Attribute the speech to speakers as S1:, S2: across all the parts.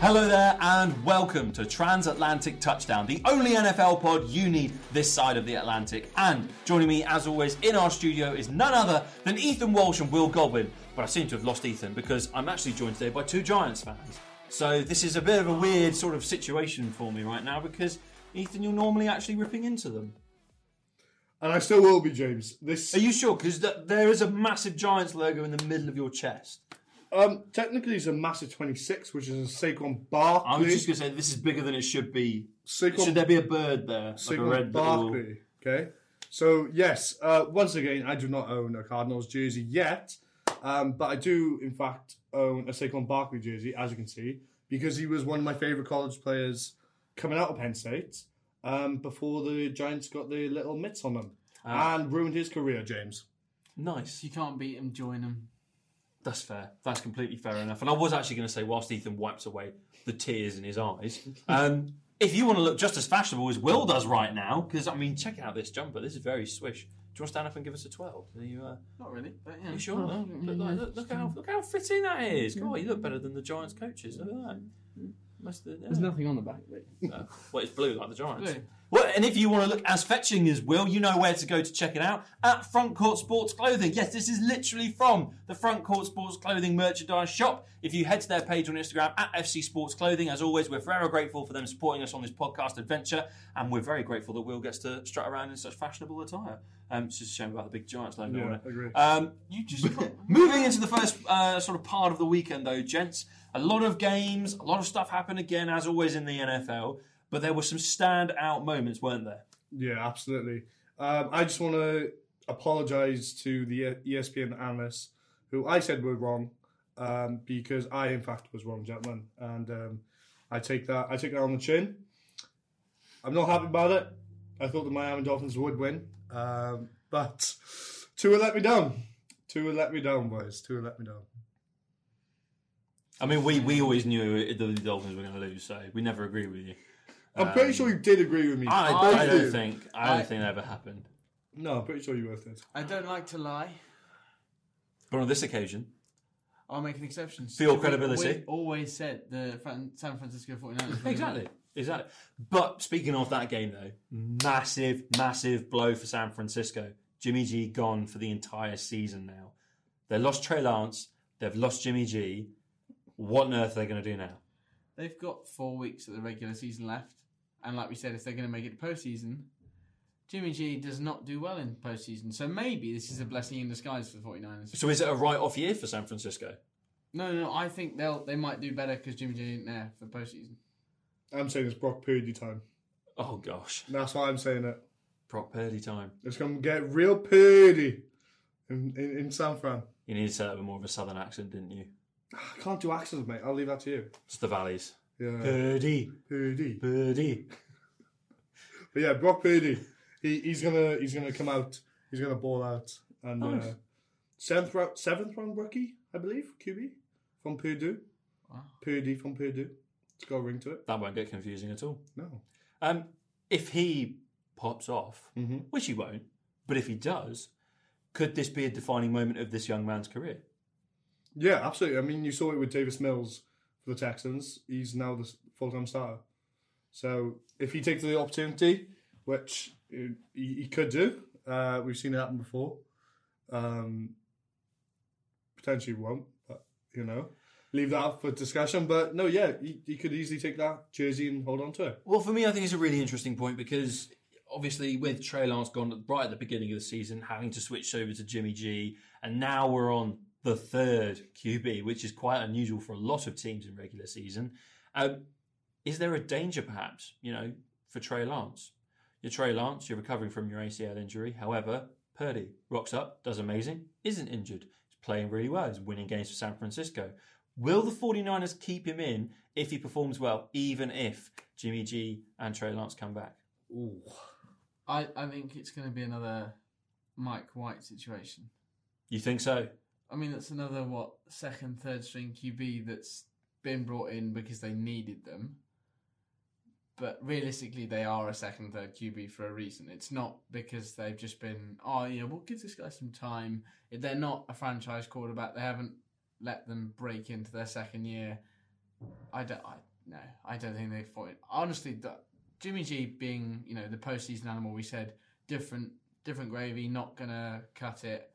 S1: Hello there, and welcome to Transatlantic Touchdown, the only NFL pod you need this side of the Atlantic. And joining me, as always, in our studio is none other than Ethan Walsh and Will Goldwyn. But I seem to have lost Ethan because I'm actually joined today by two Giants fans. So this is a bit of a weird sort of situation for me right now because Ethan, you're normally actually ripping into them.
S2: And I still will be, James. This
S1: Are you sure? Because th- there is a massive Giants logo in the middle of your chest.
S2: um, technically is a massive 26, which is a Saquon
S1: I was just
S2: Barkley.
S1: going to say this is bigger than it should be.
S2: Saquon-
S1: Should there be a bird there, like a
S2: Saquon
S1: red little-
S2: Barkley. Okay. So yes, uh, once again, I do not own a Cardinals jersey yet, um, but I do in fact own a Saquon Barkley jersey, as you can see, because he was one of my favorite college players coming out of Penn State um, before the Giants got the little mitts on them
S1: Ah.
S2: and ruined his career, James.
S1: Nice.
S3: You can't beat him, join him.
S1: That's fair. That's completely fair enough. And I was actually going to say, whilst Ethan wipes away the tears in his eyes, um, if you want to look just as fashionable as Will does right now, because I mean, check out this jumper. This is very swish. Do you want to stand up and give us a twelve? Are you, uh,
S3: Not really, but
S1: you
S3: Oh, yeah.
S1: sure? No? Look, like- look, look how look how fitting that is. Come on, you look better than the Giants coaches. Look at that. Must have- yeah.
S3: There's nothing on the back of it.
S1: Uh, well, it's blue like the Giants.
S3: Blue.
S1: Well, and if you want to look as fetching as Will, you know where to go to check it out at Front Court Sports Clothing. Yes, this is literally from the Front Court Sports Clothing merchandise shop. If you head to their page on Instagram at FC Sports Clothing, as always, we're forever grateful for them supporting us on this podcast adventure, and we're very grateful that Will gets to strut around in such fashionable attire. Um, it's just a shame about the big Giants logo
S2: Yeah,
S1: on it.
S2: agree.
S1: Um, you just moving into the first uh, sort of part of the weekend, though, gents. A lot of games, a lot of stuff happened again, as always in the NFL. But there were some standout moments, weren't there?
S2: Yeah, absolutely. Um, I just want to apologise to the E- ESPN analysts who I said were wrong um, because I, in fact, was wrong, gentlemen, and um, I take that I take that on the chin. I'm not happy about it. I thought the Miami Dolphins would win, um, but two let me down. Two let me down, boys. Two let me down.
S1: I mean, we we always knew the Dolphins were going to lose, so we never agree with you.
S2: I'm pretty sure you did agree with me.
S1: I,
S3: I
S1: I, don't
S2: do.
S1: think I don't
S3: I-
S1: think that ever happened.
S2: no, I'm pretty sure you both did.
S3: I don't like to lie.
S1: But on this occasion,
S3: I'll make an exception.
S1: For your
S3: We
S1: credibility.
S3: Always, always said the Fran- San Francisco 49ers.
S1: Exactly. Exactly. But speaking of that game, though, massive, massive blow for San Francisco. Jimmy G gone for the entire season now. They lost Trey Lance. They've lost Jimmy G. What on earth are they going to do now?
S3: They've got four weeks of the regular season left. And like we said, if they're going to make it to postseason, Jimmy G does not do well in postseason. So maybe this is a blessing in disguise for the 49ers.
S1: So is it a write-off year for San Francisco?
S3: No, no, I think they'll they might do better because Jimmy G ain't there for postseason.
S2: I'm saying it's Brock Purdy time.
S1: Oh gosh,
S2: That's why I'm saying it.
S1: Brock Purdy time.
S2: It's going to get real purdy in, in, in San Fran.
S1: You needed to set up with more of a southern accent, didn't you?
S2: I can't do accents, mate. I'll leave that to you.
S1: It's the valleys.
S2: Yeah,
S1: Purdy,
S2: Purdy.
S1: Purdy.
S2: But yeah, Brock Purdy. He, he's gonna he's gonna come out. He's gonna ball out. And uh,
S1: Nice.
S2: seventh round seventh round rookie, I believe, QB from Purdue.
S3: Wow.
S2: Purdy from Purdue. It's got a ring to it.
S1: That won't get confusing at all.
S2: No.
S1: Um, if he pops off,
S2: Mhm.
S1: which he won't, but if he does, could this be a defining moment of this young man's career?
S2: Yeah, absolutely. I mean, you saw it with Davis Mills for the Texans. He's now the full time starter. So if he takes the opportunity, which uh, he, he could do, uh, we've seen it happen before. Um, potentially won't, but you know, leave that up for discussion. But no, yeah, he, he could easily take that jersey and hold on to it.
S1: Well, for me, I think it's a really interesting point because obviously, with Trey Lance gone at- right at the beginning of the season, having to switch over to Jimmy G, and now we're on the third QB, which is quite unusual for a lot of teams in regular season. Um, is there a danger, perhaps, you know, for Trey Lance? You're Trey Lance, you're recovering from your ACL injury. However, Purdy rocks up, does amazing, isn't injured, he's playing really well, he's winning games for San Francisco. Will the 49ers keep him in if he performs well, even if Jimmy G and Trey Lance come back?
S2: Ooh.
S3: I, I think it's going to be another Mike White situation.
S1: You think so?
S3: I mean, that's another what second, third string QB that's been brought in because they needed them. But realistically, they are a second, third QB for a reason. It's not because they've just been, oh, you know, we'll give this guy some time. If They're not a franchise quarterback. They haven't let them break into their second year. I don't. I, No, I don't think they fought. it. Honestly, the, Jimmy G being you know the postseason animal, we said different different gravy, not gonna cut it.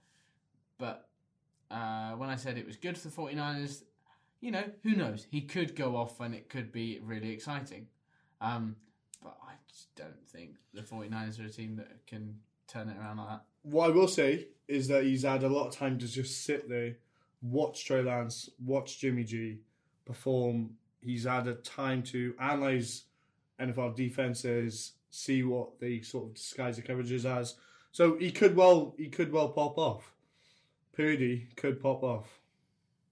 S3: But uh, when I said it was good for the 49ers, you know who knows he could go off and it could be really exciting. Um, but I just don't think the 49ers are a team that can turn it around like that.
S2: What I will say is that he's had a lot of time to just sit there, watch Trey Lance, watch Jimmy G perform. He's had a time to analyze NFL defenses, see what they sort of disguise the coverages as. So he could well he could well pop off. Purdy could pop off.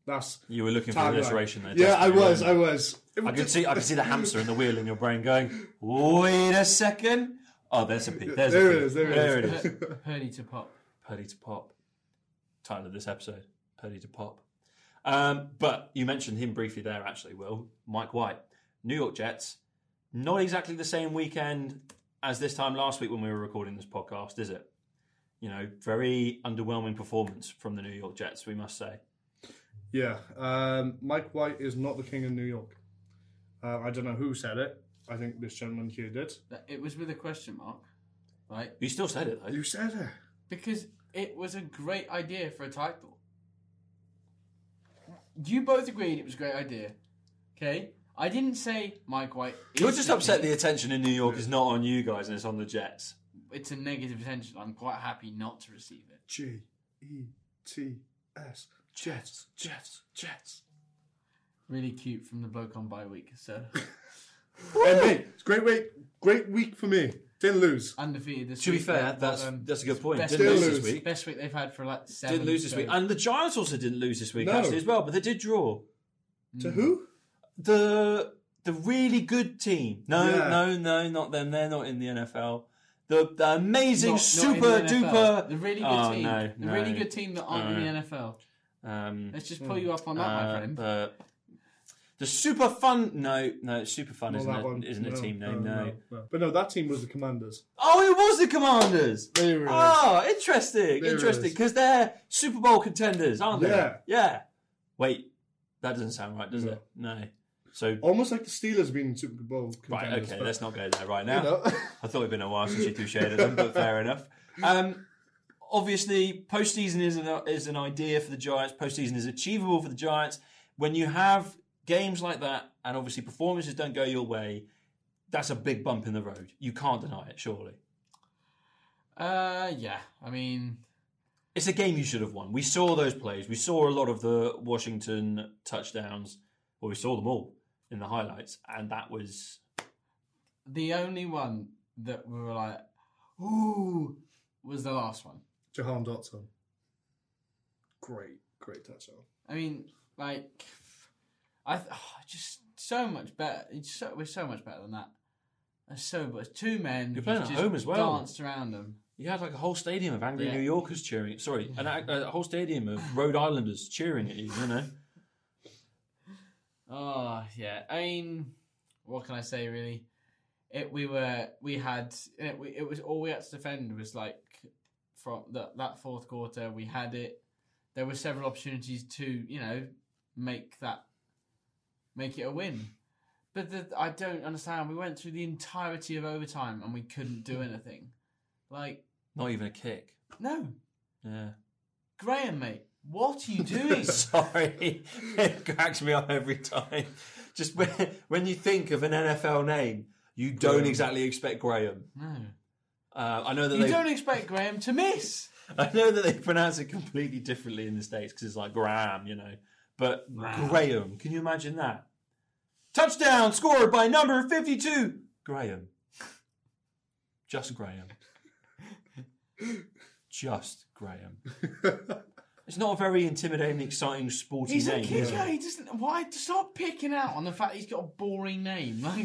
S2: That's
S1: You were looking for an
S2: Tagline.
S1: iteration there.
S2: yeah, I
S1: desperately,
S2: was, I
S1: weren't
S2: was.
S1: you? I could see, I could see the hamster in the wheel in your brain going. Wait a second. Oh, there's a P. There's
S2: There
S1: a
S2: it
S1: P.
S2: is, there it
S1: there
S2: is.
S1: it is.
S3: Purdy to pop.
S1: Purdy to pop. Title of this episode: Purdy to pop. Um, but you mentioned him briefly there, actually. Will Mike White, New York Jets, not exactly the same weekend as this time last week when we were recording this podcast, is it? You know, very underwhelming performance from the New York Jets, we must say.
S2: Yeah, um, Mike White is not the king of New York. Uh, I don't know who said it. I think this gentleman here did.
S3: That- It was with a question mark, right?
S1: You still said it though.
S2: You said it.
S3: Because it was a great idea for a title. You both agreed it was a great idea. Okay? I didn't say Mike White. is
S1: You're just
S3: the
S1: upset the
S3: king.
S1: attention in New York is not on you guys and it's on the Jets.
S3: It's a negative attention. I'm quite happy not to receive it.
S2: G E T S Jets Jets Jets.
S3: Really cute from the bloke on bye week. So
S2: And me, it's a great week. Great week for me. Didn't lose.
S3: undefeated this
S1: To be
S3: week.
S1: fair, um,
S3: Well
S1: that's
S3: done.
S1: that's a good point.
S3: Best
S1: Didn't lose
S2: Still
S1: this
S2: lose.
S1: week.
S3: Best week they've had for like seven.
S1: Didn't lose this
S3: so-
S1: week. And the Giants also didn't lose this week,
S2: No.
S1: actually, as well, but they did draw.
S2: To who?
S1: the the really good team. No,
S2: Yeah.
S1: no, no, not them. They're not in the NFL. The, the amazing
S3: Not- not in
S1: super
S3: the NFL.
S1: duper.
S3: The really good
S1: Oh,
S3: team.
S1: no,
S3: the
S1: no.
S3: really good team that aren't in
S1: No.
S3: the NFL.
S1: Um,
S3: Let's just pull you up on that,
S1: uh,
S3: my friend.
S1: but the super fun. No, no, super fun
S2: Not
S1: isn't
S2: Mm-hmm. that
S1: a,
S2: one.
S1: isn't a
S2: No,
S1: team name. No,
S2: But no, that team was the Commanders. Ah!
S1: Oh, it was the Commanders.
S2: They were.
S1: Oh, interesting,
S2: They were-
S1: interesting, because they're Super Bowl contenders, aren't they?
S2: Yeah.
S1: Yeah. Wait, that doesn't sound right, does
S2: No.
S1: it? No. So
S2: Almost like the Steelers being Super Bowl
S1: right,
S2: contenders.
S1: okay,
S2: but,
S1: let's not go there right now.
S2: you know.
S1: I thought it'd been a while since you two shared them, but fair enough. Um, obviously, postseason is an, is an idea for the Giants. Postseason is achievable for the Giants. When you have games like that, and obviously performances don't go your way, that's a big bump in the road. You can't deny it, surely.
S3: Uh, yeah. I mean,
S1: It's a game you should have won. We saw those plays. We saw a lot of the Washington touchdowns, or we saw them all in the highlights, and that was
S3: the only one that we were like, ooh, was the last one.
S2: Jahan Dotson. Great, great touchdown.
S3: I mean, like, I th- oh, just so much better. It's so, we're so much better than that. There's So, but two men
S1: You're playing
S3: who's
S1: at
S3: just
S1: home as well.
S3: danced around them.
S1: You had like a whole stadium of angry
S3: Yeah.
S1: New Yorkers cheering. Sorry, an, a, a whole stadium of Rhode Islanders cheering at you. You know,
S3: Oh yeah, I mean, what can I say really? It we were we had it, we, it was all we had to defend was like from that that fourth quarter we had it. There were several opportunities to you know make that make it a win, but the, I don't understand. We went through the entirety of overtime and we couldn't do anything. Like
S1: not even a kick.
S3: no,
S1: Yeah.
S3: Graham, mate, what are you doing?
S1: Sorry, it cracks me up every time. Just when when you think of an NFL name, you don't
S2: Graham.
S1: exactly expect Graham.
S3: no,
S1: Uh, I know that
S3: you
S1: they
S3: don't expect Graham to miss.
S1: I know that they pronounce it completely differently in the states because it's like Graham, you know, but
S3: Graham.
S1: Graham. Can you imagine that? Touchdown scored by number fifty-two, Graham. Just Graham. Just Graham. It's not a very intimidating, exciting, sporty
S3: He's a
S1: name.
S3: kid,
S1: is it?
S3: yeah. He doesn't. Why stop picking out on the fact he's got a boring name?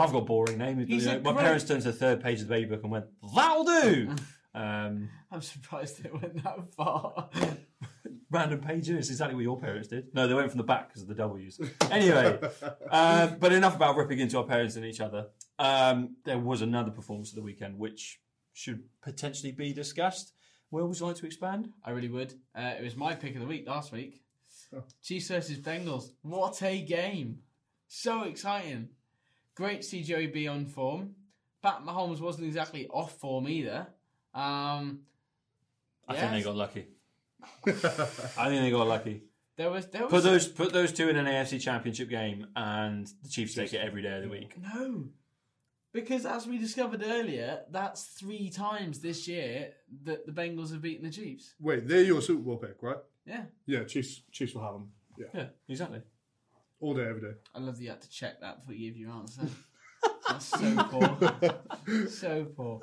S1: Well, I've got a boring name. you
S3: He's
S1: know,
S3: a
S1: my
S3: great-
S1: parents turned to the third page of the baby book and went, "That'll do." um,
S3: I'm surprised it went that far.
S1: random pages. It's exactly what your parents did. No, they went from the back because of the W's. Anyway, uh, but enough about ripping into our parents and each other. Um, there was another performance of the weekend which should potentially be discussed. Where would you like to expand?
S3: I really would. Uh, it was my pick of the week last week.
S2: Oh.
S3: Chiefs versus Bengals. What a game! So exciting. Great to see Joey B on form. Pat Mahomes wasn't exactly off form either. Um,
S1: I think they
S3: Yes.
S1: got lucky. I think they got lucky.
S3: there was there was
S1: Put those put those two in an AFC Championship game, and the Chiefs take it every day of the week.
S3: No. Because as we discovered earlier, that's three times this year that the Bengals have beaten the Chiefs.
S2: Wait, they're your Super Bowl pick, right?
S3: Yeah.
S2: Yeah, Chiefs. Chiefs will have them. Yeah,
S1: Yeah, exactly.
S2: all day, every day.
S3: I love that you had to check that before you give your answer. that's so poor. so poor.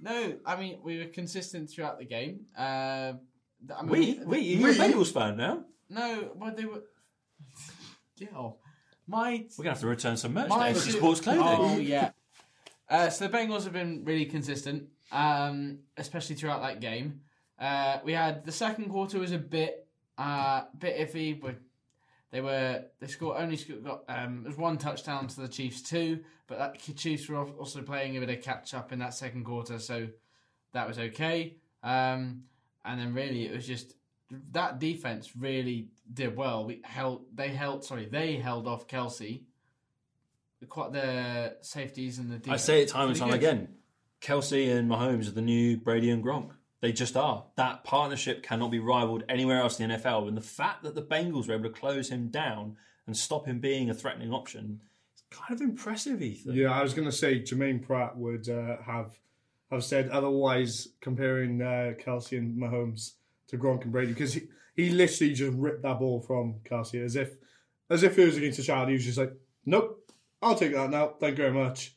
S3: No, I mean, we were consistent throughout the game. Uh, th- I mean,
S1: We we you're a Bengals fan now.
S3: No, well, they were. Yeah. My
S1: We're gonna have to return some merch
S3: My
S1: to FC
S3: two-
S1: Sports Clothing.
S3: Oh yeah. Uh, so the Bengals have been really consistent, um, especially throughout that game. Uh, we had the second quarter was a bit, uh, bit iffy, but they were they scored only scored, got um, it was one touchdown to the Chiefs two, but that the Chiefs were al- also playing a bit of catch up in that second quarter, so that was okay. Um, and then really it was just that defense really did well. We held they held sorry they held off Kelsey. The Quite the safeties and the
S1: I
S3: defense.
S1: say it time and time
S3: Pretty good.
S1: again. Kelsey and Mahomes are the new Brady and Gronk. They just are. That partnership cannot be rivaled anywhere else in the NFL. And the fact that the Bengals were able to close him down and stop him being a threatening option is kind of impressive, Ethan.
S2: Yeah, I was going to say Jermaine Pratt would uh, have have said otherwise, comparing uh, Kelsey and Mahomes to Gronk and Brady because he, he literally just ripped that ball from Kelsey as if as if it was against a child. He was just like, "Nope, I'll take that now. Thank you very much."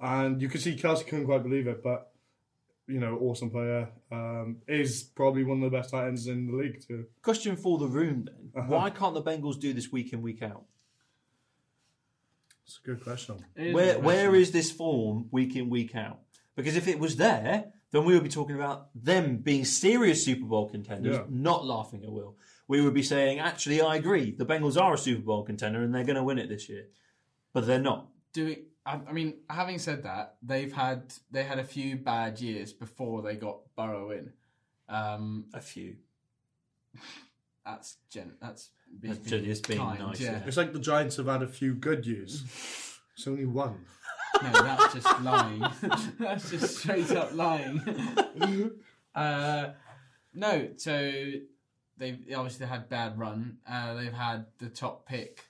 S2: And you could see Kelsey couldn't quite believe it, but you know, awesome player um, is probably one of the best tight ends in the league too.
S1: Question for the room then.
S3: Uh-huh.
S1: Why can't the Bengals do this week in, week out?
S2: It's a good question.
S3: It is
S1: Where
S3: impressive.
S1: where is this form week in week out? Because if it was there, then we would be talking about them being serious Super Bowl contenders,
S2: Yeah.
S1: not laughing at Will. We would be saying, actually, I agree. The Bengals are a Super Bowl contender and they're going to win it this year, but they're not.
S3: doing. I, I mean, having said that, they've had they had a few bad years before they got Burrow in. Um,
S1: A few.
S3: that's gen. That's being,
S1: That's ju- it's being nice, yeah.
S2: It's like the Giants have had a few good years. It's only one.
S3: No, that's just lying. that's just straight up lying. uh, no, so they've obviously had bad run. Uh, they've had the top pick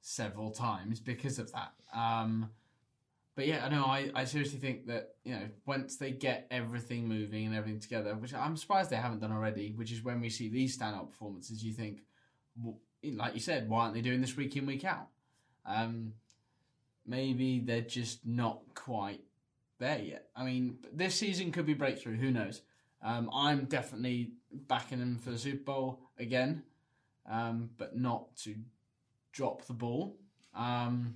S3: several times because of that. Um, but yeah, I know. I, I seriously think that you know once they get everything moving and everything together, which I'm surprised they haven't done already. Which is when we see these standout performances. You think, well, like you said, why aren't they doing this week in week out? Um, maybe they're just not quite there yet. I mean, this season could be breakthrough. Who knows? Um, I'm definitely backing them for the Super Bowl again, um, but not to drop the ball. Um,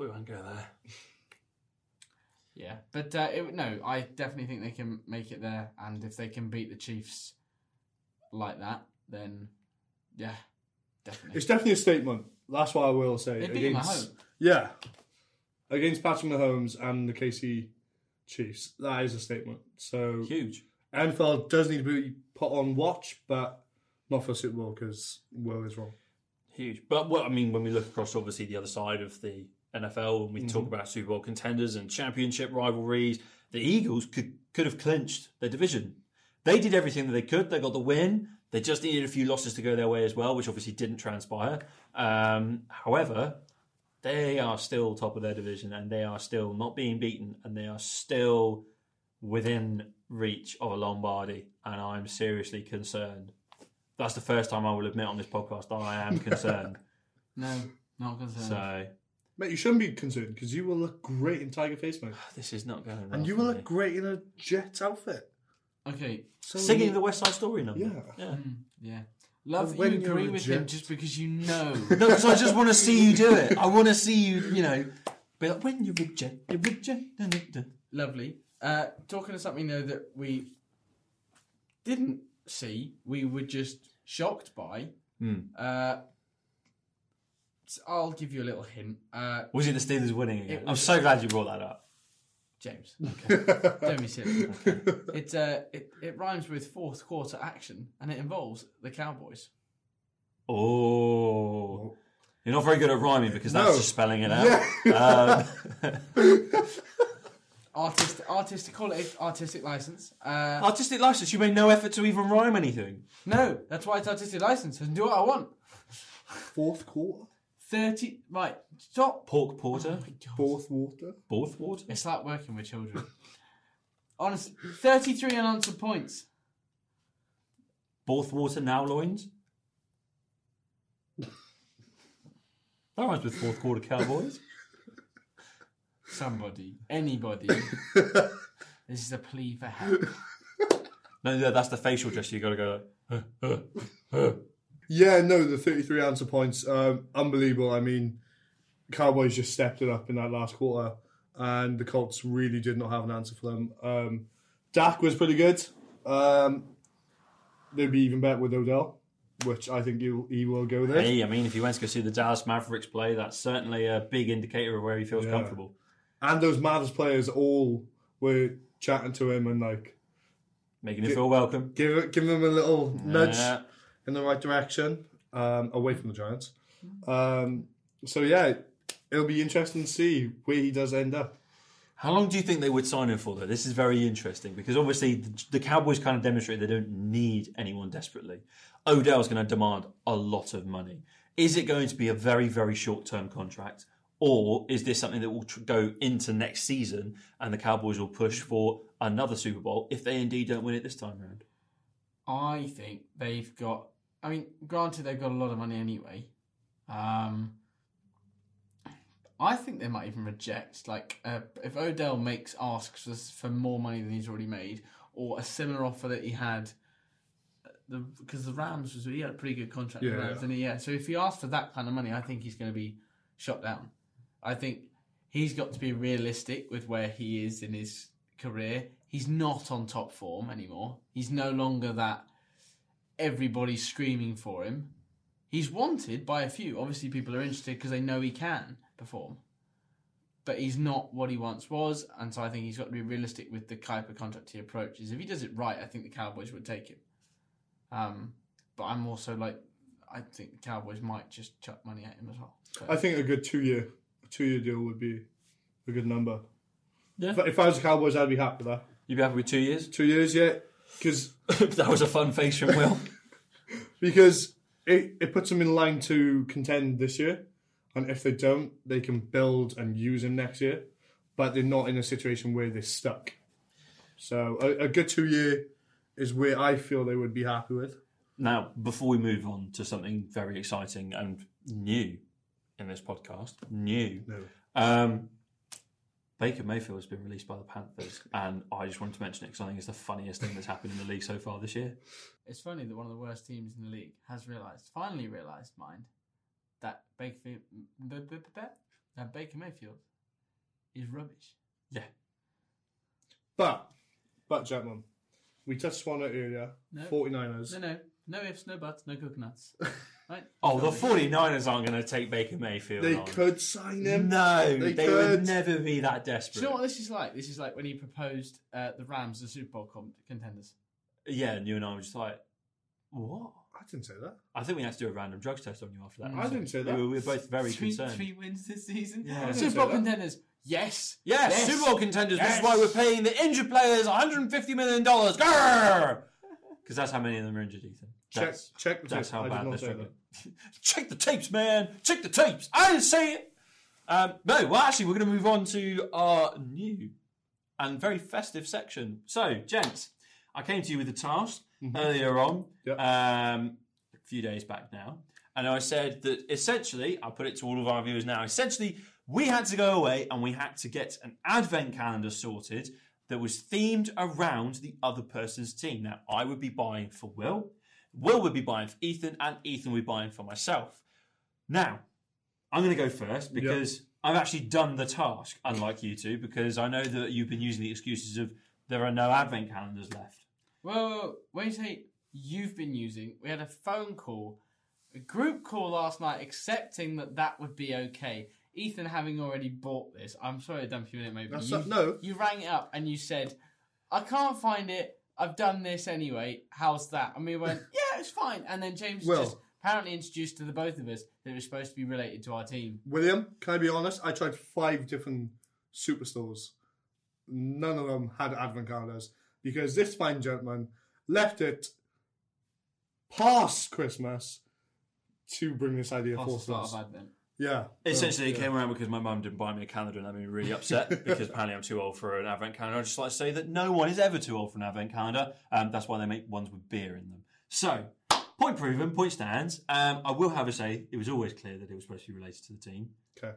S1: we won't go there.
S3: yeah, but uh, it, no, I definitely think they can make it there, and if they can beat the Chiefs like that, then yeah, definitely.
S2: It's definitely a statement. That's what I will say.
S3: They beat them at home.
S2: Yeah. Against Patrick Mahomes and the KC Chiefs. That is a statement. So
S1: Huge.
S2: NFL does need to be put on watch, but not for Super Bowl because Will is wrong.
S1: Huge. But what I mean, when we look across, obviously, the other side of the NFL, when we talk about Super Bowl contenders and championship rivalries, the Eagles could, could have clinched their division. They did everything that they could. They got the win. They just needed a few losses to go their way as well, which obviously didn't transpire. Um, however, they are still top of their division and they are still not being beaten and they are still within reach of a Lombardi. And I'm seriously concerned. That's the first time I will admit on this podcast that I am concerned.
S3: No, not concerned.
S1: So
S2: Mate, you shouldn't be concerned because you will look great in Tiger Face, mate.
S1: this is not going. well
S2: And you
S1: for
S2: will
S1: me.
S2: look great in a Jets outfit.
S3: Okay,
S2: So
S1: singing the West Side Story number.
S2: Yeah.
S3: mm, yeah, love that
S2: When
S3: you
S2: you're
S3: agree with him
S2: rejected-
S3: just because you know.
S1: No, because I just want to see you do it. I want to see you. You know, be like when you reject, you reject. dun, dun, dun."
S3: Lovely. Uh, talking of something though that we didn't see, we were just shocked by.
S1: Hmm.
S3: Uh, so I'll give you a little hint, uh,
S1: Was it the Steelers winning again?
S3: It
S1: I'm
S3: was-
S1: so glad you brought that up.
S3: James. Don't be silly. It, uh, it it rhymes with fourth quarter action, and it involves the Cowboys.
S1: Oh, You're not very good at rhyming because that's
S2: No.
S1: just spelling it out. Um,
S3: Artist, artistic, call it artistic license. Uh,
S1: artistic license. You made no effort to even rhyme anything.
S3: no, that's why it's artistic license. I can do what I want.
S2: Fourth quarter?
S3: Thirty, right? Stop.
S1: Pork
S3: Oh
S1: porter,
S2: Fourth water?
S1: fourth water.
S3: It's like working with children. Honestly, thirty-three unanswered points.
S1: Borth water now loins. That rhymes with fourth quarter cowboys.
S3: Somebody, anybody. this is a plea for help.
S1: no, no, that's the facial gesture. You got to go. Like, "Huh, huh, huh."
S2: Yeah, no, the 33 answer points. Um, unbelievable. I mean, Cowboys just stepped it up in that last quarter, and the Colts really did not have an answer for them. Um, Dak was pretty good. Um, they'd be even better with Odell, which I think he, he will go there.
S1: Hey, I mean, if you went to go see the Dallas Mavericks play, that's certainly a big indicator of where he feels
S2: Yeah.
S1: comfortable.
S2: And those Mavs players all were chatting to him and like,
S1: Making him feel welcome.
S2: give, it- give him a little nudge.
S1: Yeah.
S2: in the right direction, um, away from the Giants. Um, so yeah, it'll be interesting to see where he does end up.
S1: How long do you think they would sign him for, though? This is very interesting because obviously the, the Cowboys kind of demonstrate they don't need anyone desperately. Odell's going to demand a lot of money. Is it going to be a very, very short term contract? Or is this something that will tr- go into next season and the Cowboys will push for another Super Bowl if they indeed don't win it this time round?
S3: I think they've got. I mean, granted, they've got a lot of money anyway. Um, I think they might even reject, like, uh, if Odell makes asks for, for more money than he's already made, or a similar offer that he had. Because the, Rams was he had a pretty good contract with the
S2: Yeah.
S3: Rams, didn't he? Yeah. So if he asked for that kind of money, I think he's going to be shot down. I think he's got to be realistic with where he is in his career. He's not on top form anymore. He's no longer that everybody's screaming for him. He's wanted by a few. Obviously, people are interested because they know he can perform. But he's not what he once was, and so I think he's got to be realistic with the Kuiper contract he approaches. If he does it right, I think the Cowboys would take him. Um, but I'm also like, I think the Cowboys might just chuck money at him as well. So-
S2: I think a good two year two year deal would be a good number.
S1: Yeah.
S2: If, if I was the Cowboys, I'd be happy with that.
S1: You'd be happy with two years?
S2: Two years, yeah, because
S1: that was a fun face from Will.
S2: because it, it puts them in line to contend this year, and if they don't, they can build and use him next year. But they're not in a situation where they're stuck. So a, a good two year is where I feel they would be happy with.
S1: Now, before we move on to something very exciting and new in this podcast, new.
S2: No.
S1: Um, Baker Mayfield has been released by the Panthers, and I just wanted to mention it because I think it's the funniest thing that's happened in the league so far this year.
S3: It's funny that one of the worst teams in the league has realised, finally realised, mind, that Baker, Fi- b- b- b- b- that Baker Mayfield is rubbish.
S1: Yeah,
S2: But, but gentlemen, we touched on it earlier.
S3: No.
S2: 49ers.
S3: No, no, no ifs, no buts, no coconuts. Right?
S1: Oh, the 49ers aren't going to take Baker Mayfield.
S2: They
S1: on.
S2: could sign him.
S1: No, they,
S2: They
S1: would
S2: could.
S1: never be that
S3: Do
S1: desperate.
S3: you know what this is like? This is like when he proposed uh, the Rams the Super Bowl con- contenders.
S1: Yeah, and you and I were just like, what?
S2: I didn't say that.
S1: I think we had to do a random drugs test on you after that.
S3: Mm.
S2: I
S1: wasn't
S2: didn't
S1: it?
S2: say
S1: We
S2: that.
S1: were, we were both very
S3: three,
S1: concerned.
S3: three wins this season.
S1: Yeah.
S3: Super Bowl
S2: Yeah.
S3: contenders. Yes.
S1: Yes, Super Bowl contenders. This is
S3: Yes.
S1: why we're paying the injured players $150 million. Because that's how many of them are injured, Ethan.
S2: Check,
S1: That's-
S2: check the
S1: That's
S2: tape.
S1: how
S2: I
S1: bad
S2: did
S1: they're
S2: not say
S1: struggling.
S2: that.
S1: Check the tapes, man. Check the tapes. I didn't say it. Um, no, well, actually, we're going to move on to our new and very festive section. So, gents, I came to you with a task
S2: Mm-hmm.
S1: earlier on,
S2: Yep.
S1: um, a few days back now, and I said that essentially, I'll put it to all of our viewers now. Essentially, we had to go away and we had to get an advent calendar sorted that was themed around the other person's team. Now, I would be buying for Will. Will would be buying for Ethan, and Ethan would be buying for myself. Now, I'm going to go first because I've actually done the task, unlike you two, because I know that you've been using the excuses of there are no advent calendars left.
S3: Whoa, whoa, whoa. when you say you've been using, we had a phone call, a group call last night, accepting that that would be okay. Ethan, having already bought this, I'm sorry to dump you in it, mate. but
S2: That's
S3: you,
S2: not- no.
S3: you rang it up and you said, "I can't find it. I've done this anyway. How's that?" And we went, "Yeah, it's fine." And then James
S2: Well-
S3: just apparently introduced to the both of us that it was supposed to be related to our team.
S2: William, can I be honest? I tried five different superstores. None of them had advent calendars because this fine gentleman left it past Christmas to bring this idea
S3: Past the
S2: forth to
S3: start
S2: us.
S3: of Advent.
S2: Yeah.
S1: Essentially,
S2: Oh, yeah.
S1: it came around because my mum didn't buy me a calendar, and that made me really upset because apparently I'm too old for an advent calendar. I'd just like to say that no one is ever too old for an advent calendar. Um, that's why they make ones with beer in them. So, point proven, point stands. Um, I will have a say. It was always clear that it was supposed to be related to the team.
S2: Okay.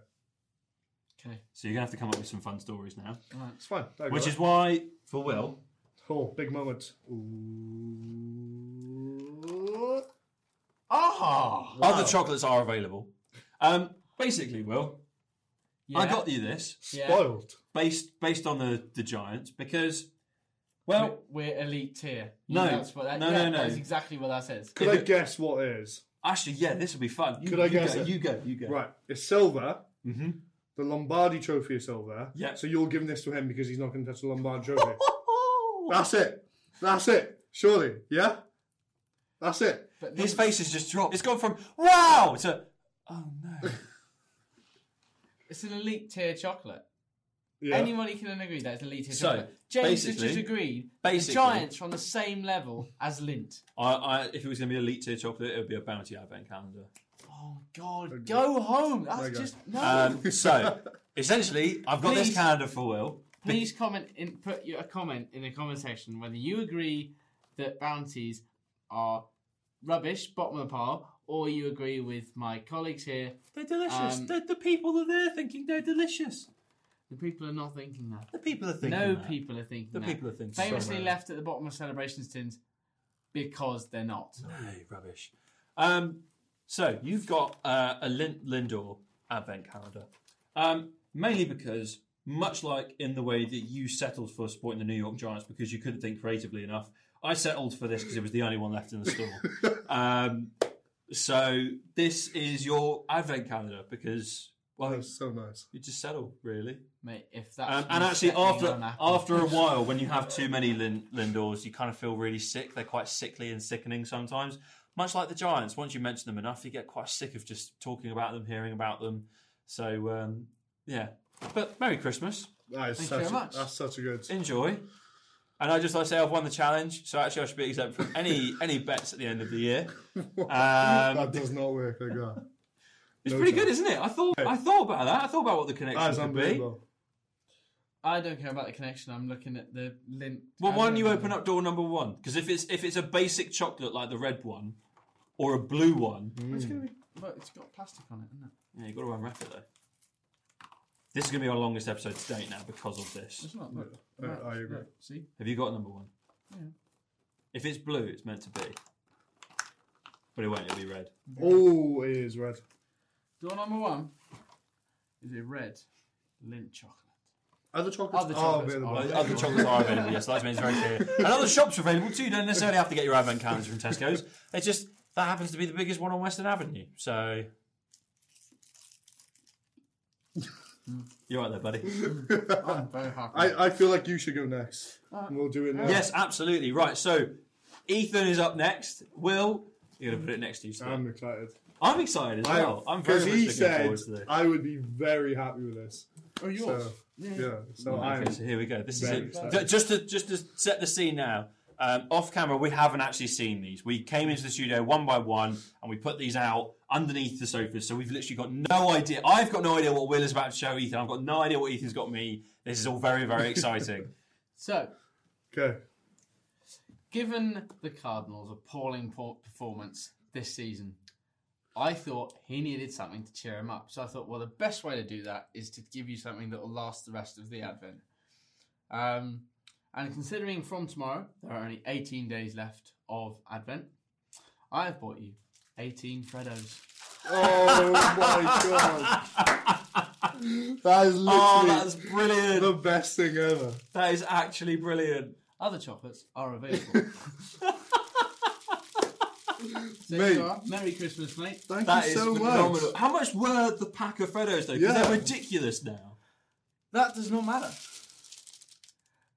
S3: Okay,
S1: So you're gonna have to come up with some fun stories now,
S2: It's fine. There you
S1: which
S2: go.
S1: is why for Will,
S2: oh, big moment. Ooh.
S3: Ah!
S1: other chocolates are available. Um, basically, Will,
S3: Yeah.
S1: I got you this
S3: Yeah.
S2: Spoiled.
S1: based based on the the Giants because, well,
S3: we're elite tier.
S1: No.
S3: that's what that,
S1: No,
S3: yeah,
S1: no, no.
S3: That's exactly what that says.
S2: Could
S1: If
S2: I
S1: it-
S2: guess what it is?
S1: actually, yeah, this will be fun. You,
S2: Could I
S1: you
S2: guess
S1: go,
S2: it?
S1: You go. You go.
S2: Right, it's silver.
S1: Mm-hmm.
S2: The Lombardi Trophy is silver.
S1: Yeah.
S2: So you're giving this to him because he's not going to touch the Lombardi Trophy. That's it. That's it. Surely, yeah. That's it.
S3: But
S1: His
S3: this-
S1: face has just dropped. It's gone from wow to oh no.
S3: it's an elite tier chocolate.
S2: Yeah.
S3: Anybody can agree that's elite tier
S1: So,
S3: chocolate. James has just
S1: basically-
S3: agreed.
S1: basically-
S3: the Giants are on the same level as Lint.
S1: I, I, if it was going to be elite tier chocolate, it would be a bounty advent calendar.
S3: Oh God, go home. That's
S2: There you go.
S3: just no.
S1: Um, so essentially, I've got this
S3: Please.
S1: calendar for Will.
S3: Please comment in put your, a comment in the comment section whether you agree that bounties are rubbish, bottom of the pile, or you agree with my colleagues here.
S1: They're delicious.
S3: Um,
S1: the people that they're thinking they're delicious.
S3: The people are not thinking that.
S1: The people are thinking.
S3: no
S1: that.
S3: people are thinking
S1: The
S3: that.
S1: people are thinking.
S3: Famously
S1: that.
S3: left at the bottom of celebrations tins because they're not.
S1: Hey, rubbish. Um, so you've got uh, a Lin- Lindor advent calendar, um, mainly because, much like in the way that you settled for supporting the New York Giants because you couldn't think creatively enough, I settled for this because it was the only one left in the store. um, so this is your advent calendar because, well,
S2: That's so nice.
S1: you just settle really.
S3: Mate, if that's
S1: Um,
S3: you
S1: and actually,
S3: stepping
S1: after
S3: on Apple-
S1: after a while, when you have too many Lin- Lindors, you kind of feel really sick. They're quite sickly and sickening sometimes. Much like the Giants, once you mention them enough, you get quite sick of just talking about them, hearing about them. So um, yeah, but Merry Christmas,
S2: That is
S3: Thank you
S2: such
S3: very
S2: a,
S3: much.
S2: That's such a good.
S1: enjoy. And I just like to say I've won the challenge, so actually I should be exempt from any any bets at the end of the year.
S2: that
S1: Um,
S2: does not work like that.
S1: it's
S2: no
S1: pretty good,
S2: chance.
S1: isn't it? I thought I thought about that. I thought about what the connection
S2: That's
S1: could be.
S2: unbelievable.
S3: I don't care about the connection. I'm looking at the lint.
S1: Well,
S3: I
S1: why don't you
S3: know.
S1: open up door number one? Because if it's if it's a basic chocolate like the red one, or a blue one,
S3: It's gonna be. Look, it's got plastic on it, isn't it?
S1: yeah, you've got to unwrap it though. This is going to be our longest episode to date now because of this.
S3: It's not. Look,
S2: Yeah,
S3: Look,
S2: I agree.
S3: look, see,
S1: Have you got number one?
S3: Yeah.
S1: If it's blue, it's meant to be. But it won't. It'll be red.
S2: Oh, it is red.
S3: door number one is a red lint chocolate.
S2: Other chocolates
S3: Other
S2: are
S3: chocolates
S2: available.
S3: are
S1: Other, other chocolates are available. Yes, that's means very clear. And other shops are available too. You don't necessarily have to get your advent calendars from Tesco's. It's just that happens to be the biggest one on Western Avenue. So you're right there, buddy. Uh,
S3: I'm very happy.
S2: I, I feel like you should go next. we'll do it now.
S1: Yes, absolutely. Right. So Ethan is up next. Will, you're gonna put it next to you. Steve.
S2: I'm excited.
S1: I'm excited as well. I'm very
S2: Um, Because
S1: much
S2: he
S1: looking
S2: said
S1: forward to this.
S2: I would be very happy with this.
S3: oh, yours.
S2: So,
S3: yeah.
S2: yeah. So I'm
S1: Okay, so here we go. This is
S2: very
S1: it.
S2: excited.
S1: Ju- Just to just to set the scene now. Um, off camera, we haven't actually seen these. We came into the studio one by one, and we put these out underneath the sofas. So we've literally got no idea. I've got no idea what Will is about to show Ethan. I've got no idea what Ethan's got me. This is all very very exciting.
S3: So,
S2: okay.
S3: given the Cardinals' appalling por- performance this season, I thought he needed something to cheer him up. So I thought, well, the best way to do that is to give you something that will last the rest of the Advent. Um, and considering from tomorrow there are only 18 days left of Advent, I have bought you 18 Freddos.
S2: Oh my god. That is literally
S1: oh, that's brilliant.
S2: the best thing ever.
S1: That is actually brilliant.
S3: Other chocolates are available. so
S2: Mate.
S3: you are. Merry Christmas, mate.
S2: Thank
S1: That
S2: you
S1: is
S2: so much.
S1: phenomenal. How much were the pack of Freddos though? Because
S2: Yeah.
S1: they're ridiculous now.
S2: That does not matter.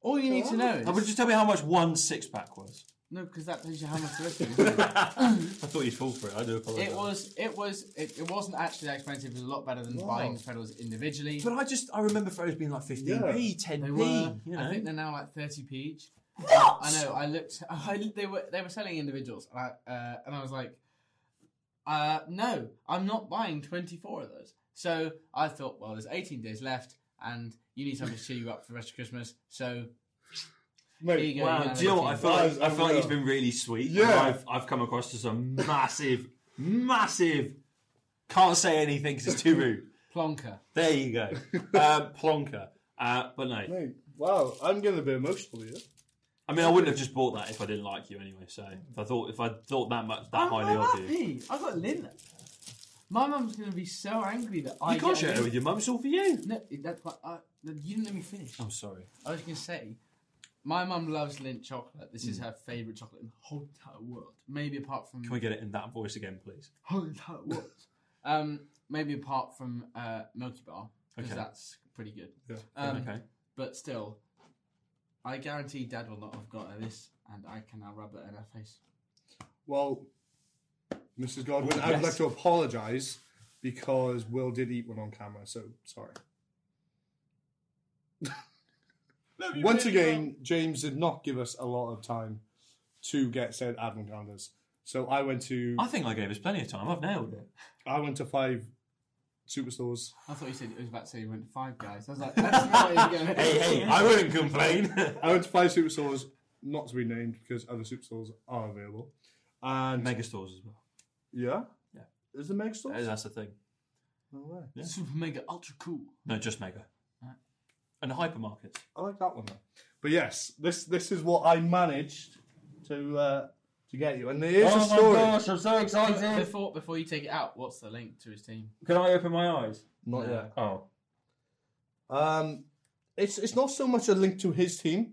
S3: All you need to know
S1: Oh, Would
S3: is
S1: you tell me how much one six pack was?
S3: No, because that tells you how much to listen.
S1: I thought you'd fall for it. I do apologize.
S3: It was, it was, it, it wasn't actually that expensive. It was a lot better than
S2: No.
S3: buying Freddos individually.
S1: But I just I remember photos being like 15p, 10p.
S3: They were,
S1: you
S3: I
S1: know.
S3: think they're now like thirty p each.
S1: what?
S3: I know. I looked. I, they were they were selling individuals, and I, uh, and I was like, uh, no, I'm not buying 24 of those. So I thought, well, there's 18 days left, and you need something to cheer you up for the rest of Christmas. So Here you
S2: Mate,
S3: go.
S1: Wow,
S3: Yeah,
S1: do you know what? I
S3: that
S1: feel
S2: is
S1: like I feel like
S2: unreal.
S1: he's been really sweet.
S2: Yeah.
S1: And I've, I've come across to some massive, massive. Can't say anything because it's too rude.
S3: plonker.
S1: There you go, uh, plonker. Uh, but no,
S2: mate, wow, I'm getting a bit emotional here.
S1: I mean, I wouldn't have just bought that if I didn't like you anyway. So if I thought if I thought that much that
S3: I'm,
S1: highly
S3: I'm
S1: of you, you
S3: happy. I got Lynn. My mum's gonna be so angry that I
S1: can't
S3: get
S1: share
S3: a
S1: it
S3: Lin-
S1: with your mum. It's all for you.
S3: No, that's what I, you didn't let me finish.
S1: I'm sorry.
S3: I was going to say, my mum loves Lindt chocolate. This is her favourite chocolate in the whole entire world. Maybe apart from
S1: Mm. Can we get it in that voice again, please?
S3: whole entire world. um, maybe apart from uh, Milky Bar because
S1: Okay.
S3: that's pretty good.
S2: Yeah.
S3: Um,
S1: okay.
S3: But still, I guarantee Dad will not have got her this, and I can now rub it in her face.
S2: Well, Mrs. Godwin, I would
S3: Yes.
S2: like to apologise because Will did eat one on camera, so sorry. Once again, James did not give us a lot of time to get said advent calendars. So I went to
S1: I think I gave us plenty of time. I've nailed it.
S2: I went to five superstores.
S3: I thought you said it was about to say you went to Five Guys. I was like, that's not even going to
S1: Hey, hey, I wouldn't complain.
S2: I went to five superstores, not to be named because other superstores are available. And
S1: Mega stores as well.
S2: yeah,
S1: Yeah.
S2: is the mega stores?
S1: That's the thing.
S2: No way.
S3: Super mega ultra cool.
S1: No, just mega. And hypermarkets.
S2: I like that one. Though. But yes, this this is what I managed to uh, to get you, and there
S3: Oh
S2: is a story.
S1: I'm so
S3: Before before you take it out, what's the link to his team?
S1: Can I open my eyes?
S2: Not yet.
S1: Oh.
S2: Um, it's it's not so much a link to his team,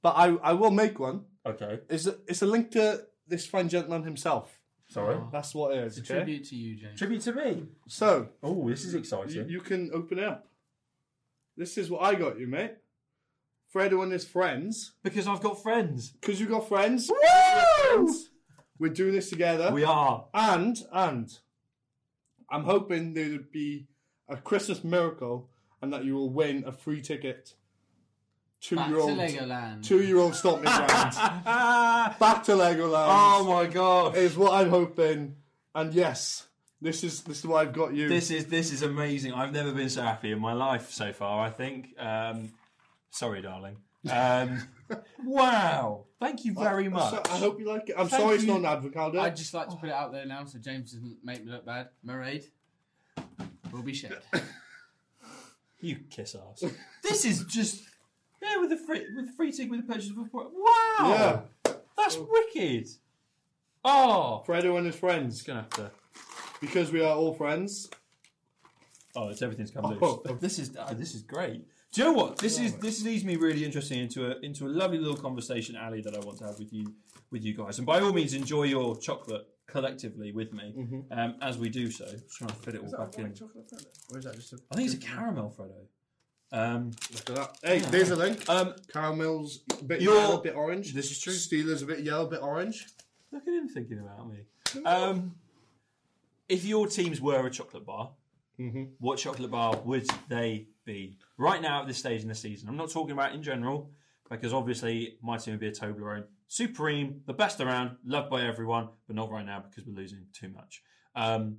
S2: but I I will make one.
S1: Okay.
S2: It's a, it's a link to this fine gentleman himself.
S1: Sorry.
S2: That's what it is.
S3: It's a
S2: okay?
S3: tribute to you, James.
S1: Tribute to me.
S2: So
S1: Oh, this is
S2: you,
S1: exciting.
S2: you can open it up. This is what I got you, mate. Fredo and his friends,
S1: Because I've got friends.
S2: because you got friends. We're doing this together.
S1: We are.
S2: And and I'm hoping there would be a Christmas miracle and that you will win a free ticket to
S3: Back to
S2: your old
S3: Legoland.
S2: to your old Stop Me Ground.
S1: Ah,
S2: Back to Legoland
S1: oh my god.
S2: is what I'm hoping. And yes, this is this is what I've got you.
S1: This is this is amazing. I've never been so happy in my life so far, I think. Um, sorry, darling. Um, wow. Thank you very
S2: I'm
S1: much.
S2: so- I hope you like it. I'm
S1: Thank
S2: sorry it's
S1: you.
S2: not an advert calendar.
S3: I'd just like to put it out there now so James doesn't make me look bad. Maraid will be shed.
S1: You kiss ass. this is just yeah with a free with a free ticket with a purchase of a pro- wow. that's wicked. Oh,
S2: Fredo and his friends,
S1: it's gonna have to.
S2: because we are all friends.
S1: Oh, it's everything's come loose.
S2: Oh.
S1: This is oh, this is great. Do you know what? This is this leads me really interesting into a into a lovely little conversation alley that I want to have with you with you guys. And by all means, enjoy your chocolate collectively with me um, as we do so. Just trying to fit it all back in.
S3: Or is that just a
S1: I think it's a caramel, Fredo. Um,
S2: Look at that. Hey, there's a link.
S1: um,
S2: Caramel's a bit
S1: You're-
S2: yellow, a bit orange.
S1: This is true.
S2: Steelers a bit yellow, a bit orange.
S1: Look at him thinking about me. Um, if your teams were a chocolate bar, what chocolate bar would they be right now at this stage in the season? I'm not talking about in general, because obviously my team would be a Toblerone Supreme, the best around, loved by everyone, but not right now because we're losing too much. Um,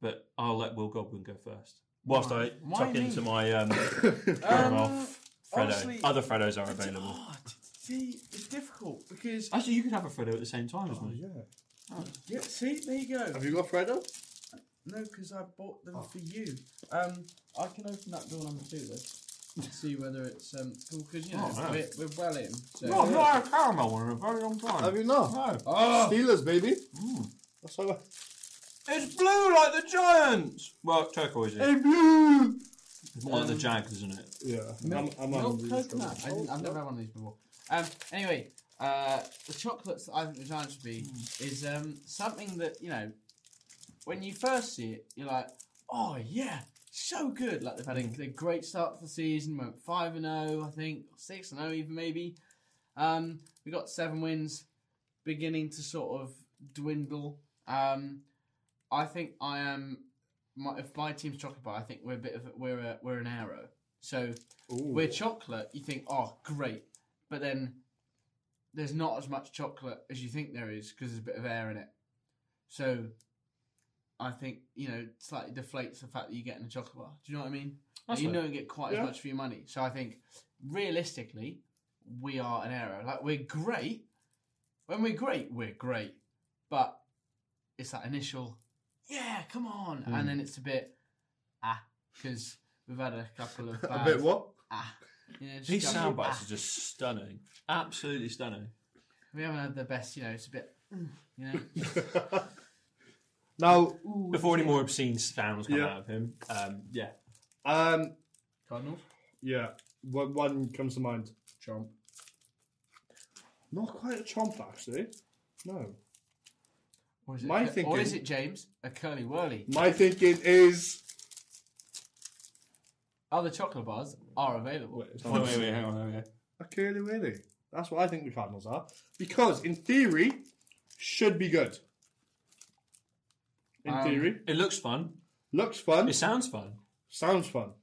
S1: but I'll let Will Godwin go first. Whilst I
S3: Why
S1: tuck
S3: me?
S1: into my um, caramel Freddo.
S3: honestly-
S1: Other Freddos are available.
S3: see, it's difficult because
S1: Actually, you can have a Freddo at the same time as me.
S3: yeah, see, there you go.
S2: Have you got Fredo?
S3: No, because I bought
S1: Oh.
S3: them for you. Um, I can open that door number two though. to See whether it's um cool because you know
S1: Oh, yeah.
S3: we're, we're well in. So.
S1: No, I've not had a caramel one in a very long time.
S2: Have you not?
S1: No.
S3: Oh,
S2: Steelers, baby. That's all right.
S1: It's blue like the Giants. Well, turquoise is. It's more like the Jags, isn't it?
S2: Yeah.
S3: milk,
S2: I'm, I'm
S3: milk
S2: having these
S3: coconut.
S2: troubles.
S3: I didn't, I've never had one of these before. Um, anyway, uh, the chocolates that I think the giants should be is um, something that you know when you first see it, you're like, oh yeah, so good. Like they've had a, a great start to the season. Went oh, five and zero, I think, six and zero even maybe. Um, we got seven wins. beginning to sort of dwindle. Um, I think I am. My, if my team's chocolate bar, I think we're a bit of a- we're a, we're an arrow. So
S2: Ooh.
S3: we're chocolate. You think, oh, great, but then there's not as much chocolate as you think there is because there's a bit of air in it. So I think you know slightly deflates the fact that you're getting a chocolate bar. Do you know what I mean?
S1: That's
S3: you
S1: fair.
S3: don't get quite
S2: Yeah.
S3: as much for your money. So I think realistically, we are an error. Like we're great. When we're great, we're great. But it's that initial, yeah, come on,
S1: Hmm.
S3: and then it's a bit ah because we've had a couple of
S2: a
S3: bad,
S2: bit what?
S3: ah. You know, just
S1: These
S3: a
S1: sound
S3: couple of
S1: bites
S3: ah.
S1: are just stunning. Absolutely stunning.
S3: We haven't had the best. You know, it's a bit. mm, You know.
S2: now,
S3: Ooh,
S1: Before any more obscene sounds come
S2: Yeah.
S1: out of him, um, yeah.
S2: um,
S3: Cardinals.
S2: yeah, one, one comes to mind. Chomp. Not quite a chomp, actually. No.
S3: Or is it,
S2: My
S3: or is
S2: thinking-
S3: it James? A curly whirly.
S2: My thinking is.
S3: Other chocolate bars are available.
S2: Wait, it's not-
S1: wait, hang on, hang on.
S2: A curly willy. That's what I think the Cardinals are. Because, in theory, should be good. In
S3: Um,
S2: theory.
S1: It looks fun.
S2: Looks fun.
S1: It sounds fun,
S2: Sounds fun.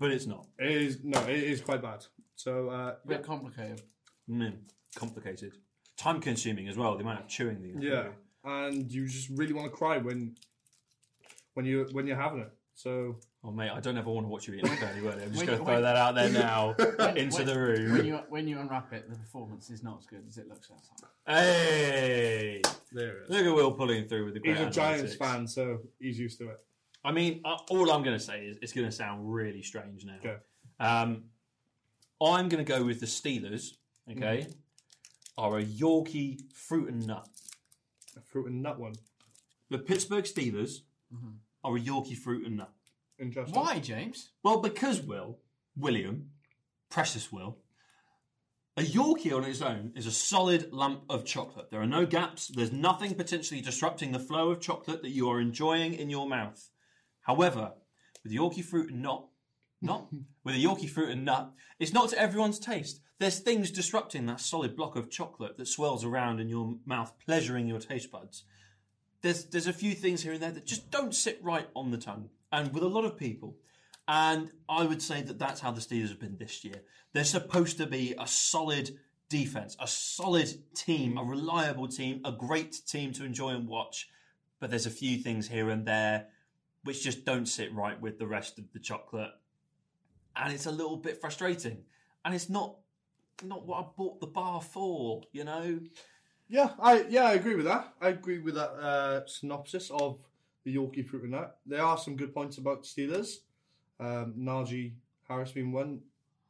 S1: but it's not.
S2: It is no, it is quite bad. So uh,
S3: A bit complicated.
S1: Mm, complicated. Time consuming as well, the amount of chewing that you have to
S2: yeah,
S1: do.
S2: and you just really want to cry when when you when you're having it. So
S1: Oh, mate, I don't ever want to watch you eat a curly word. I'm just
S3: When-
S1: going to
S3: when-
S1: throw that out there now into
S3: when-
S1: the
S3: When
S1: room.
S3: you when you unwrap it, the performance is not as good as it looks outside.
S1: Hey!
S2: there it is.
S1: Look at Will pulling through with the great
S2: He's a Giants
S1: analytics.
S2: fan, so he's used to it.
S1: I mean, uh, all I'm going to say is it's going to sound really strange now.
S2: Okay.
S1: Um, I'm going to go with the Steelers,
S2: Mm-hmm.
S1: okay, are a Yorkie fruit and nut.
S2: A fruit and nut one.
S1: The Pittsburgh Steelers
S2: Mm-hmm.
S1: are a Yorkie fruit and nut.
S2: Interesting.
S3: Why, James?
S1: Well, because Will, William, precious Will, a Yorkie on its own is a solid lump of chocolate. There are no gaps. There's nothing potentially disrupting the flow of chocolate that you are enjoying in your mouth. However, with Yorkie fruit and nut, not with a Yorkie fruit and nut, it's not to everyone's taste. There's things disrupting that solid block of chocolate that swirls around in your mouth, pleasuring your taste buds. There's there's a few things here and there that just don't sit right on the tongue, and with a lot of people. And I would say that that's how the Steelers have been this year. They're supposed to be a solid defense, a solid team, a reliable team, a great team to enjoy and watch. But there's a few things here and there which just don't sit right with the rest of the chocolate. And it's a little bit frustrating. And it's not not what I bought the bar for, you know?
S2: Yeah, I yeah I agree with that. I agree with that uh, synopsis of the Yorkie fruit and nut. There are some good points about Steelers. Um, Najee Harris being one.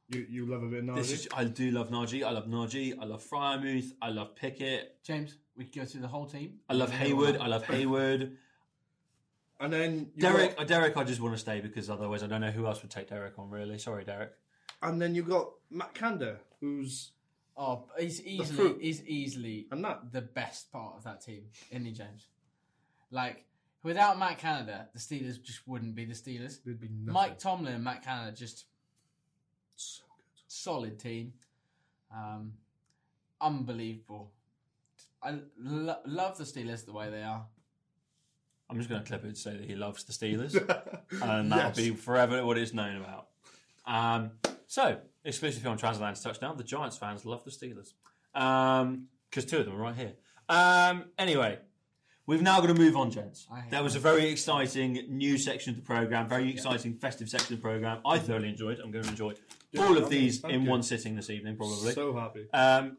S2: You you love a bit of Najee.
S1: This is I do love Najee. I love Najee. I love Fryermuth. I love Pickett.
S3: James, we could go through the whole team.
S1: I love Hayward. I love Hayward.
S2: and then you
S1: Derek,
S2: got-
S1: uh, Derek, I just want to stay because otherwise I don't know who else would take Derek on. Really, sorry, Derek.
S2: and then you got Matt Kander, who's
S3: Oh, he's easily
S2: fruit.
S3: he's easily
S2: and that
S3: the best part of that team, isn't he, James? Like without Matt Canada, the Steelers just wouldn't be the Steelers.
S2: there'd be nothing.
S3: Mike Tomlin and Matt Canada just
S2: So
S3: solid team. Um, unbelievable. I lo- love the Steelers the way they are.
S1: I'm just going to clip it to say that he loves the Steelers, and
S2: Yes.
S1: that'll be forever what it's known about. Um, so, exclusively on Transatlantic Touchdown, the Giants fans love the Steelers because two of them are right here. Um, anyway, we've now got to move on, gents.
S3: I hate
S1: That was a very exciting new section of the program, very exciting festive section of the program. I thoroughly enjoyed. I'm going to enjoy all of
S2: I mean,
S1: these
S2: thank
S1: in
S2: you.
S1: one sitting this evening, probably.
S2: So happy.
S1: Um,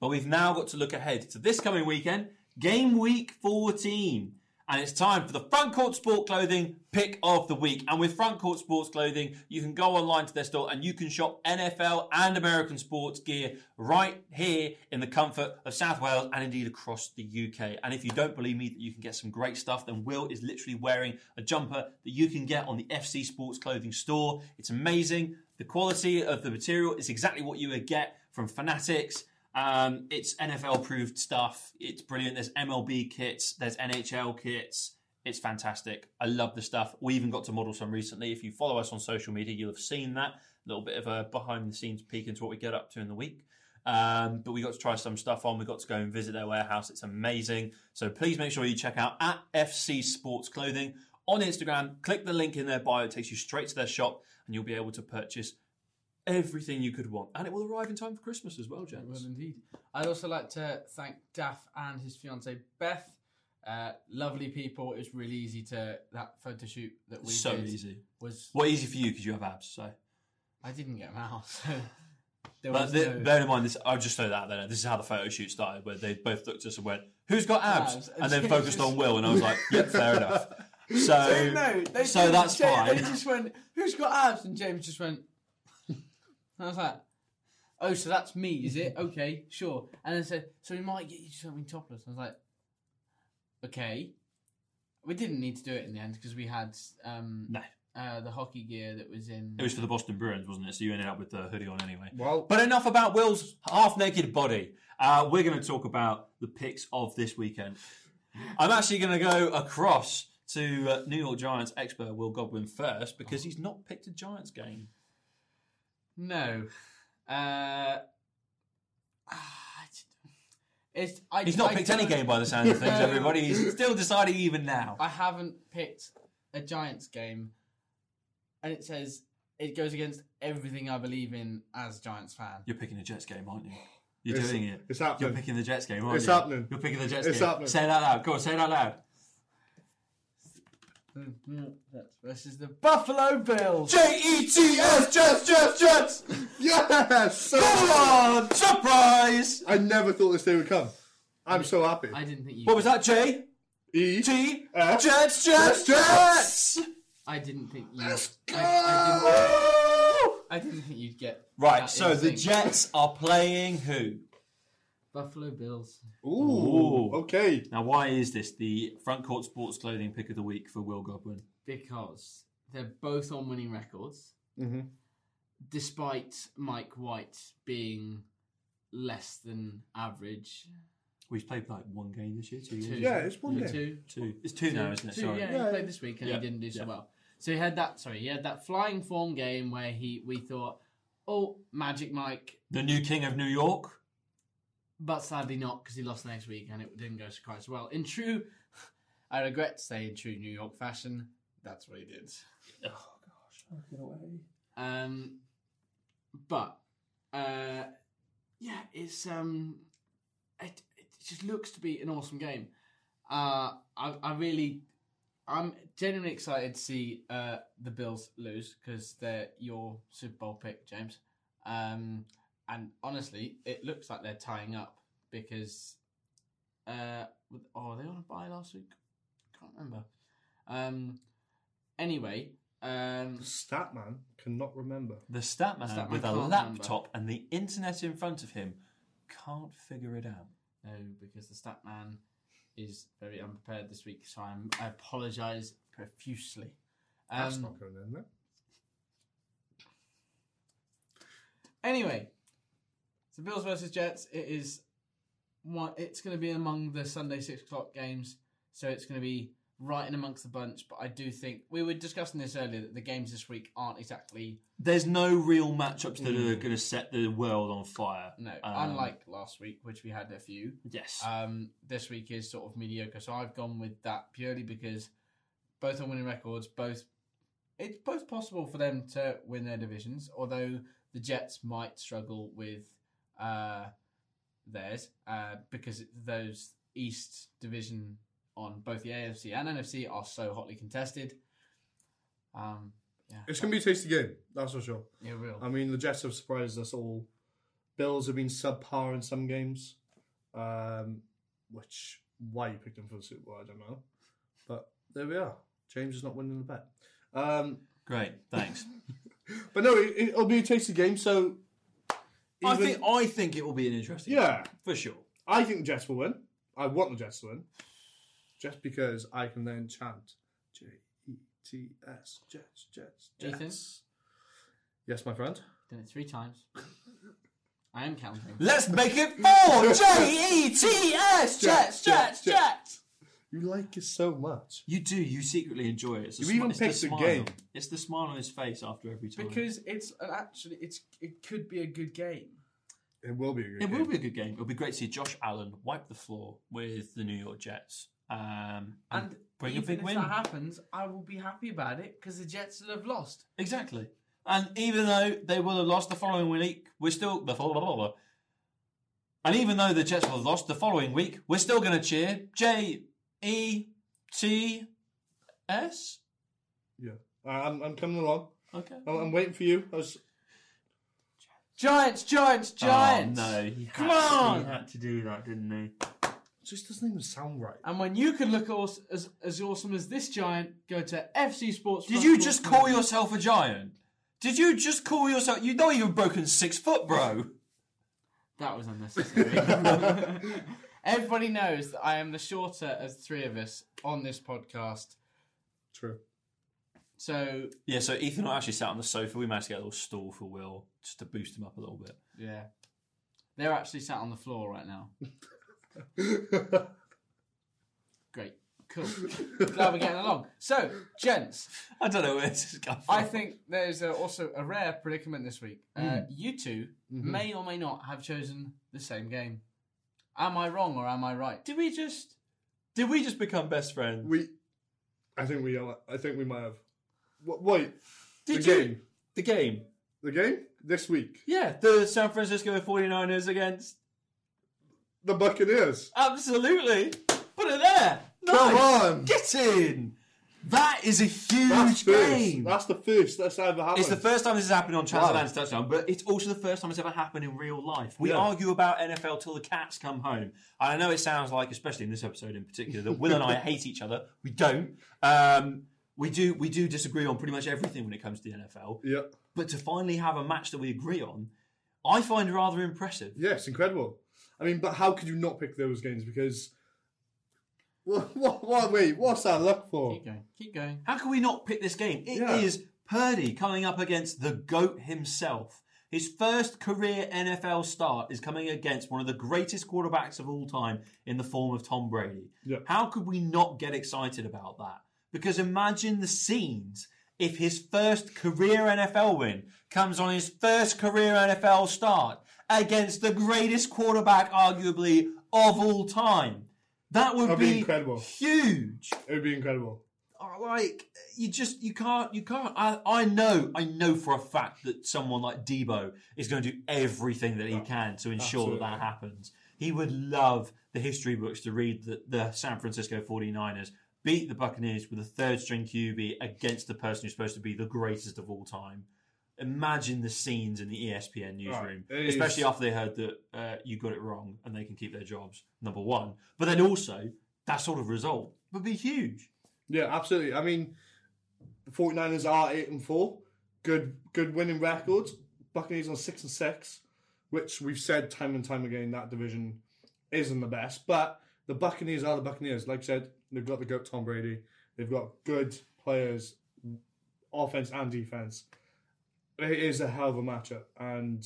S1: but we've now got to look ahead to this coming weekend, game week 14. And it's time for the Front Court Sport Clothing pick of the week. And with Front Court Sports Clothing, you can go online to their store and you can shop NFL and American sports gear right here in the comfort of South Wales and indeed across the UK. And if you don't believe me that you can get some great stuff, then Will is literally wearing a jumper that you can get on the FC Sports Clothing store. It's amazing. The quality of the material is exactly what you would get from Fanatics. Um, it's NFL approved stuff. It's brilliant. There's MLB kits, there's NHL kits. It's fantastic. I love the stuff. We even got to model some recently. If you follow us on social media, you'll have seen that. A little bit of a behind the scenes peek into what we get up to in the week. Um, but we got to try some stuff on. We got to go and visit their warehouse. It's amazing. So please make sure you check out at FC Sports Clothing on Instagram. Click the link in their bio. It takes you straight to their shop and you'll be able to purchase everything you could want. And it will arrive in time for Christmas as well,
S3: Well,
S1: gents.
S3: indeed. I'd also like to thank Daff and his fiancee Beth. Uh, lovely people. It was really easy to that photo shoot that we
S1: so
S3: did
S1: easy.
S3: was
S1: Well, easy for you because you have abs. So,
S3: I didn't get them out. So there
S1: but
S3: was
S1: the,
S3: no-
S1: bear in mind this. I'll just throw that out there. This is how the photo shoot started, where they both looked at us and went, "Who's got abs?"
S3: Abs.
S1: and then focused on Will, and I was like, "Yep, fair enough." So,
S3: no, they
S1: so
S3: didn't.
S1: that's
S3: James, They
S1: fine.
S3: just went, "Who's got abs?" And James just went. And I was like, "Oh, so that's me, is it? Okay, sure." And I said, "So we might get you something topless." I was like, "Okay." We didn't need to do it in the end because we had um,
S1: No.
S3: uh, the hockey gear that was in.
S1: it was for the Boston Bruins, wasn't it? So you ended up with the hoodie on anyway.
S2: Well,
S1: But enough about Will's half-naked body. Uh, we're going to talk about the picks of this weekend. I'm actually going to go across to uh, New York Giants expert Will Godwin first because he's not picked a Giants game.
S3: no. Uh, ah, it's- it's, I,
S1: He's not
S3: I
S1: picked any
S3: don't-
S1: game by the sound of things.
S3: No.
S1: Everybody, he's still deciding even now.
S3: I haven't picked a Giants game, and it says it goes against everything I believe in as Giants fan.
S1: You're picking the Jets game, aren't you? You're
S2: It's-
S1: doing it.
S2: it's
S1: You're
S2: happening.
S1: picking the Jets game, aren't
S2: It's
S1: you?
S2: happening.
S1: You're picking the Jets
S2: It's
S1: game.
S2: happening.
S1: Say it out loud. Go on, say it out loud.
S3: Versus the Buffalo Bills.
S1: J E T S Jets Jets Jets.
S2: yes!
S1: Come on, surprise!
S2: I never thought this day would come. I'm so happy.
S3: I didn't think you.
S1: What was that? J
S2: E.
S1: T
S2: Uh,
S1: Jets Jets Jets.
S3: I didn't think you. I, I, didn't,
S1: Go!
S3: I didn't think you'd get
S1: Right,
S3: that
S1: so the
S3: instinct.
S1: Jets are playing who?
S3: Buffalo Bills.
S2: Ooh. Okay.
S1: Now, why is this the front court sports clothing pick of the week for Will Godwin?
S3: because they're both on winning records,
S2: Mhm.
S3: despite Mike White being less than average.
S1: We've played like one game this year, two years.
S3: Two.
S2: Yeah, it's one game.
S3: Two,
S1: Two. It's two, now, isn't it?
S3: Two,
S1: Sorry.
S3: Yeah,
S2: Yeah.
S3: he played this week and
S1: Yeah.
S3: he didn't do so
S1: Yeah.
S3: well. So he had that. Sorry, he had that flying form game where he we thought, oh, Magic Mike,
S1: The new king of New York.
S3: but sadly not because he lost the next week and it didn't go so quite so well. In true, I regret to say, in true New York fashion, that's what he did.
S1: Oh gosh, get away.
S3: Um, but uh, yeah, it's um, it, it just looks to be an awesome game. Uh, I, I really, I'm genuinely excited to see uh, the Bills lose because they're your Super Bowl pick, James. Um, and honestly, it looks like they're tying up because uh, with, oh, were they on a buy last week? Can't remember. Um, anyway, um,
S2: Statman cannot remember.
S1: The stat man
S3: Stat man
S1: with a
S3: can't
S1: laptop and the internet in front of him can't figure it out.
S3: No, because the stat man is very unprepared this week, so I'm, I apologise profusely.
S2: That's
S3: Um,
S2: not going in there.
S3: anyway, so Bills versus Jets. It is one. It's going to be among the Sunday six o'clock games, so it's going to be right in amongst the bunch. But I do think we were discussing this earlier that the games this week aren't exactly
S1: There's no real matchups that are going to set the world on fire.
S3: no,
S1: Um,
S3: unlike last week, which we had a few.
S1: Yes.
S3: Um, this week is sort of mediocre, so I've gone with that purely because both on winning records, both it's both possible for them to win their divisions, although the Jets might struggle with uh, theirs uh, because those East division on both the AFC and NFC are so hotly contested. Um, yeah,
S2: It's going to be a tasty game, that's for sure.
S3: yeah, real.
S2: I mean, the Jets have surprised us all. Bills have been subpar in some games, um, which why you picked them for the Super Bowl, I don't know. But there we are. James is not winning the bet. Um,
S1: Great. Thanks.
S2: but no, it, it'll be a tasty game. So
S1: I
S2: even-
S1: think I think it will be an interesting.
S2: yeah,
S1: game, for sure.
S2: I think the Jets will win. I want the Jets to win, just because I can then chant J E T S Jets Jets Jets.
S3: Ethan?
S2: Yes, my friend.
S3: Done it three times. I am counting.
S1: Let's make it four. J E T S.
S2: Jets, Jets, Jets. You like it so much.
S1: You do. You secretly enjoy it. It's the
S2: You
S1: smi-
S2: even
S1: it's the
S2: picked the
S1: smile.
S2: game.
S1: It's the smile on his face after every time.
S3: Because it's an actually it's it could be a good game.
S2: It will be a good
S1: It
S2: game.
S1: will be a good game. It'll be great to see Josh Allen wipe the floor with the New York Jets um, and,
S3: And
S1: bring a
S3: even
S1: big
S3: if
S1: win.
S3: that happens, I will be happy about it because the Jets will have lost.
S1: Exactly. And even though they will have lost the following week, we're still the blah, blah, blah, blah. And even though the Jets will have lost the following week, we're still going to cheer J E T S.
S2: Uh, I'm, I'm coming along.
S1: Okay.
S2: I'm, I'm waiting for you. I was,
S3: Giants, Giants, Giants.
S1: Oh, no, he
S3: Come
S1: had to-
S3: on!
S1: he had to do that, didn't he?
S2: it just doesn't even sound right.
S3: And when you can look as, as as awesome as this giant, go to FC Sports.
S1: Did you just call yourself a giant? Did you just call yourself? You know you've broken six foot, bro.
S3: That was unnecessary. Everybody knows that I am the shorter of the three of us on this podcast.
S2: True.
S3: So
S1: Yeah, so Ethan and I actually sat on the sofa. We managed to get a little stool for Will just to boost him up a little bit.
S3: yeah, they're actually sat on the floor right now. Great, cool. Glad we're getting along. So, gents,
S1: I don't know where this is going.
S3: I think there's uh also a rare predicament this week.
S1: Hmm.
S3: Uh, you 2
S1: Mm-hmm.
S3: may or may not have chosen the same game. Am I wrong or am I right?
S1: Did we just? Did we just become best friends?
S2: we, I think we, are- I think we might have. Wha- Wait,
S1: Did
S2: the
S1: you?
S2: game,
S1: The game.
S2: the game this week,
S1: Yeah, the San Francisco 49ers against.
S2: the Buccaneers.
S1: Absolutely. Put it there. Nice.
S2: Come on.
S1: Get in. That is a huge
S2: That's
S1: game.
S2: first. That's the first that's ever happened.
S1: It's the first time this has happened on
S2: Wow.
S1: Transatlantic Touchdown, but it's also the first time it's ever happened in real life. We
S2: Yeah.
S1: argue about NFL till the cats come home. And I know it sounds like, especially in this episode in particular, that Will and I hate each other. We don't. Um, we do. We do disagree on pretty much everything when it comes to the NFL.
S2: Yeah.
S1: But to finally have a match that we agree on, I find rather impressive.
S2: Yes, incredible. I mean, but how could you not pick those games? Because what? What? what wait, what's that luck for?
S3: Keep going. Keep going.
S1: How can we not pick this game? It is
S2: Yeah.
S1: Purdy coming up against the GOAT himself. His first career NFL start is coming against one of the greatest quarterbacks of all time in the form of Tom Brady.
S2: Yeah.
S1: How could we not get excited about that? Because imagine the scenes if his first career NFL win comes on his first career NFL start against the greatest quarterback, arguably, of all time. That would
S2: That'd be incredible.
S1: huge
S2: It would be incredible.
S1: are like you just you can't you can't I, I know I know for a fact that someone like Debo is going to do everything that he can to ensure that that
S2: absolutely.
S1: happens. He would love the history books to read that the San Francisco 49ers beat the Buccaneers with a third string QB against the person who's supposed to be the greatest of all time. Imagine the scenes in the E ESPN newsroom,
S2: Right. It is-
S1: especially after they heard that uh, you got it wrong and they can keep their jobs, number one. But then also, that sort of result would be huge.
S2: Yeah, absolutely. I mean, the 49ers are eight and four. Good, good winning records. Buccaneers on six and six, which we've said time and time again that division isn't the best. But the Buccaneers are the Buccaneers. Like I said, they've got the goat Tom Brady. They've got good players, offense and defense. It is a hell of a matchup, and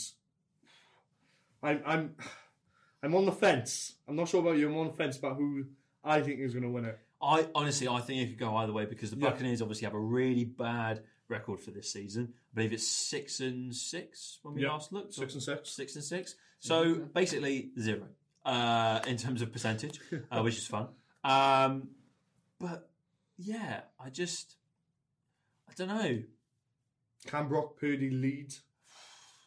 S2: I'm I'm I'm on the fence. I'm not sure about you. I'm on the fence about who I think is going to win it.
S1: I honestly, I think it could go either way because the
S2: Yeah.
S1: Buccaneers obviously have a really bad record for this season. I believe it's six and six when we
S2: Yeah.
S1: last looked.
S2: Six and six.
S1: Six and six. So basically zero uh, in terms of percentage, uh, which is fun. Um, but yeah, I just I don't know.
S2: Can Brock Purdy lead?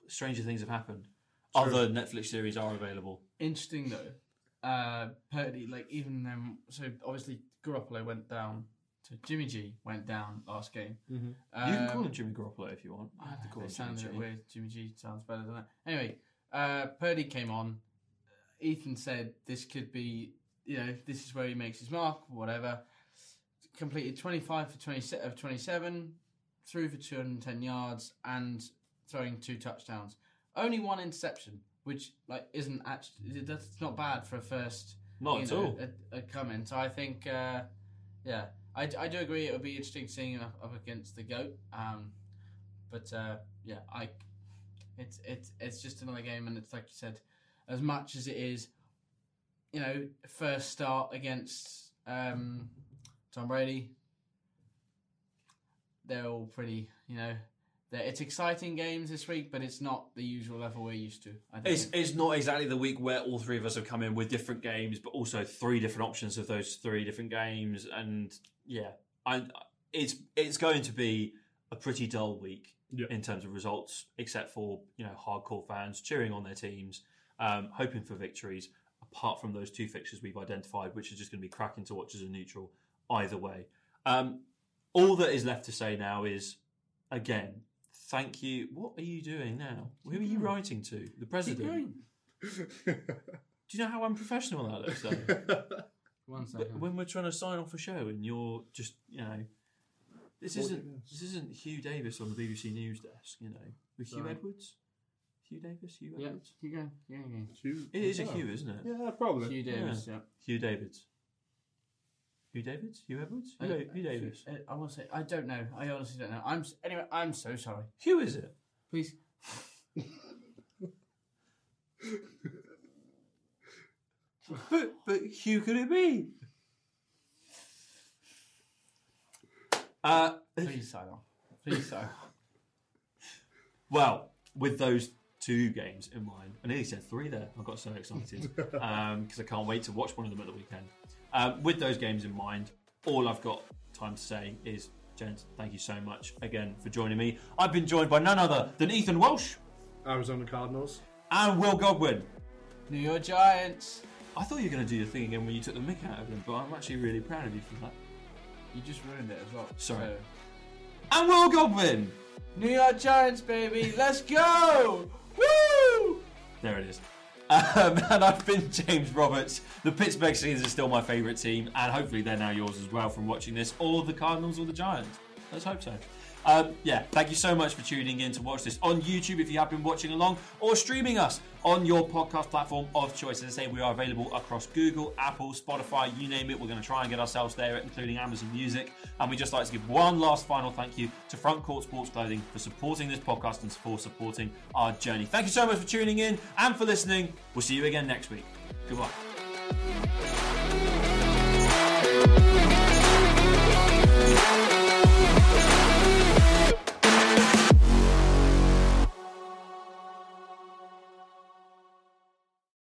S1: Stranger things have happened.
S2: True.
S1: Other Netflix series are available.
S3: Interesting though. Uh, Purdy, like even them. So obviously Garoppolo went down. So Jimmy G went down last game.
S2: Mhm.
S1: Mm-hmm. you can
S3: Um,
S1: call him Jimmy Garoppolo if you want. I have to call
S3: It
S1: him Jimmy.
S3: sounds a bit
S1: G.
S3: weird. Jimmy G sounds better than that. Anyway, uh, Purdy came on. Ethan said this could be, you know, this is where he makes his mark, whatever. Completed 25 for 27, of 27, threw for 210 yards, and throwing two touchdowns. Only one interception, which like isn't actually that's not bad for a first
S1: Not
S3: you
S1: at
S3: know,
S1: all.
S3: A, a comment. So I think, uh, yeah, I, I do agree. It'll be interesting seeing him up, up against the goat. Um, but uh, yeah, I it's it's it's just another game, and it's like you said, as much as it is, you know, first start against um, Tom Brady, they're all pretty, you know. that it's exciting games this week, but it's not the usual level we're used to. I don't
S1: It's,
S3: think.
S1: it's not exactly the week where all three of us have come in with different games, but also three different options of those three different games, and yeah, I, it's it's going to be a pretty dull week
S2: Yeah.
S1: in terms of results, except for you know hardcore fans cheering on their teams, um, hoping for victories. Apart from those two fixtures we've identified, which is just going to be cracking to watch as a neutral either way. Um, all that is left to say now is again, thank you. What are you doing now? Who are you
S2: Hmm.
S1: writing to? The
S3: Keep
S1: president.
S3: going.
S1: Do you know how unprofessional that looks? Though?
S3: One
S1: But
S3: second.
S1: when we're trying to sign off a show and you're just, you know, this
S2: What
S1: isn't
S2: it is.
S1: this isn't Hugh Davis on the BBC News desk, you know, with Hugh
S2: Sorry.
S1: Edwards, Hugh Davis, Hugh
S3: yeah,
S1: Edwards.
S3: keep going. Yeah, yeah.
S2: Hugh-
S1: It is a
S2: Yeah.
S1: Hugh, isn't it?
S2: Yeah, probably.
S3: Hugh Davis. Yeah.
S1: Hugh Davids. Hugh Davids? Hugh Edwards? Hugh,
S3: I-
S1: Da- Hugh Davis.
S3: Uh, I want to say I don't know. I honestly don't know. I'm s- anyway. I'm so sorry.
S1: Who is it?
S3: Please.
S1: But but Hugh could it be? Uh,
S3: Please sign off. Please sign off.
S1: Well, with those two games in mind, I nearly said three there. I got so excited because I can't wait to watch one of them at the weekend. Um, with those games in mind, all I've got time to say is, gents, thank you so much again for joining me. I've been joined by none other than Ethan Walsh
S2: Arizona Cardinals.
S1: and Will Godwin.
S3: New York Giants.
S1: I thought you were going to do your thing again when you took the mick out of them, but I'm actually really proud of you for that.
S3: You just ruined it as well.
S1: Sorry.
S3: So-
S1: And Will Godwin!
S3: New York Giants, baby. Let's go. Woo!
S1: There it is. Um, and I've been James Roberts. The Pittsburgh Steelers are still my favourite team, and hopefully they're now yours as well from watching this, or the Cardinals or the Giants. Let's hope so. Um, yeah, thank you so much for tuning in to watch this on YouTube if you have been watching along, or streaming us on your podcast platform of choice. As I say, we are available across Google, Apple, Spotify, you name it. We're going to try and get ourselves there, including Amazon Music. And we just like to give one last final thank you to Front Court Sports Clothing for supporting this podcast and for supporting our journey. Thank you so much for tuning in and for listening. We'll see you again next week. Goodbye.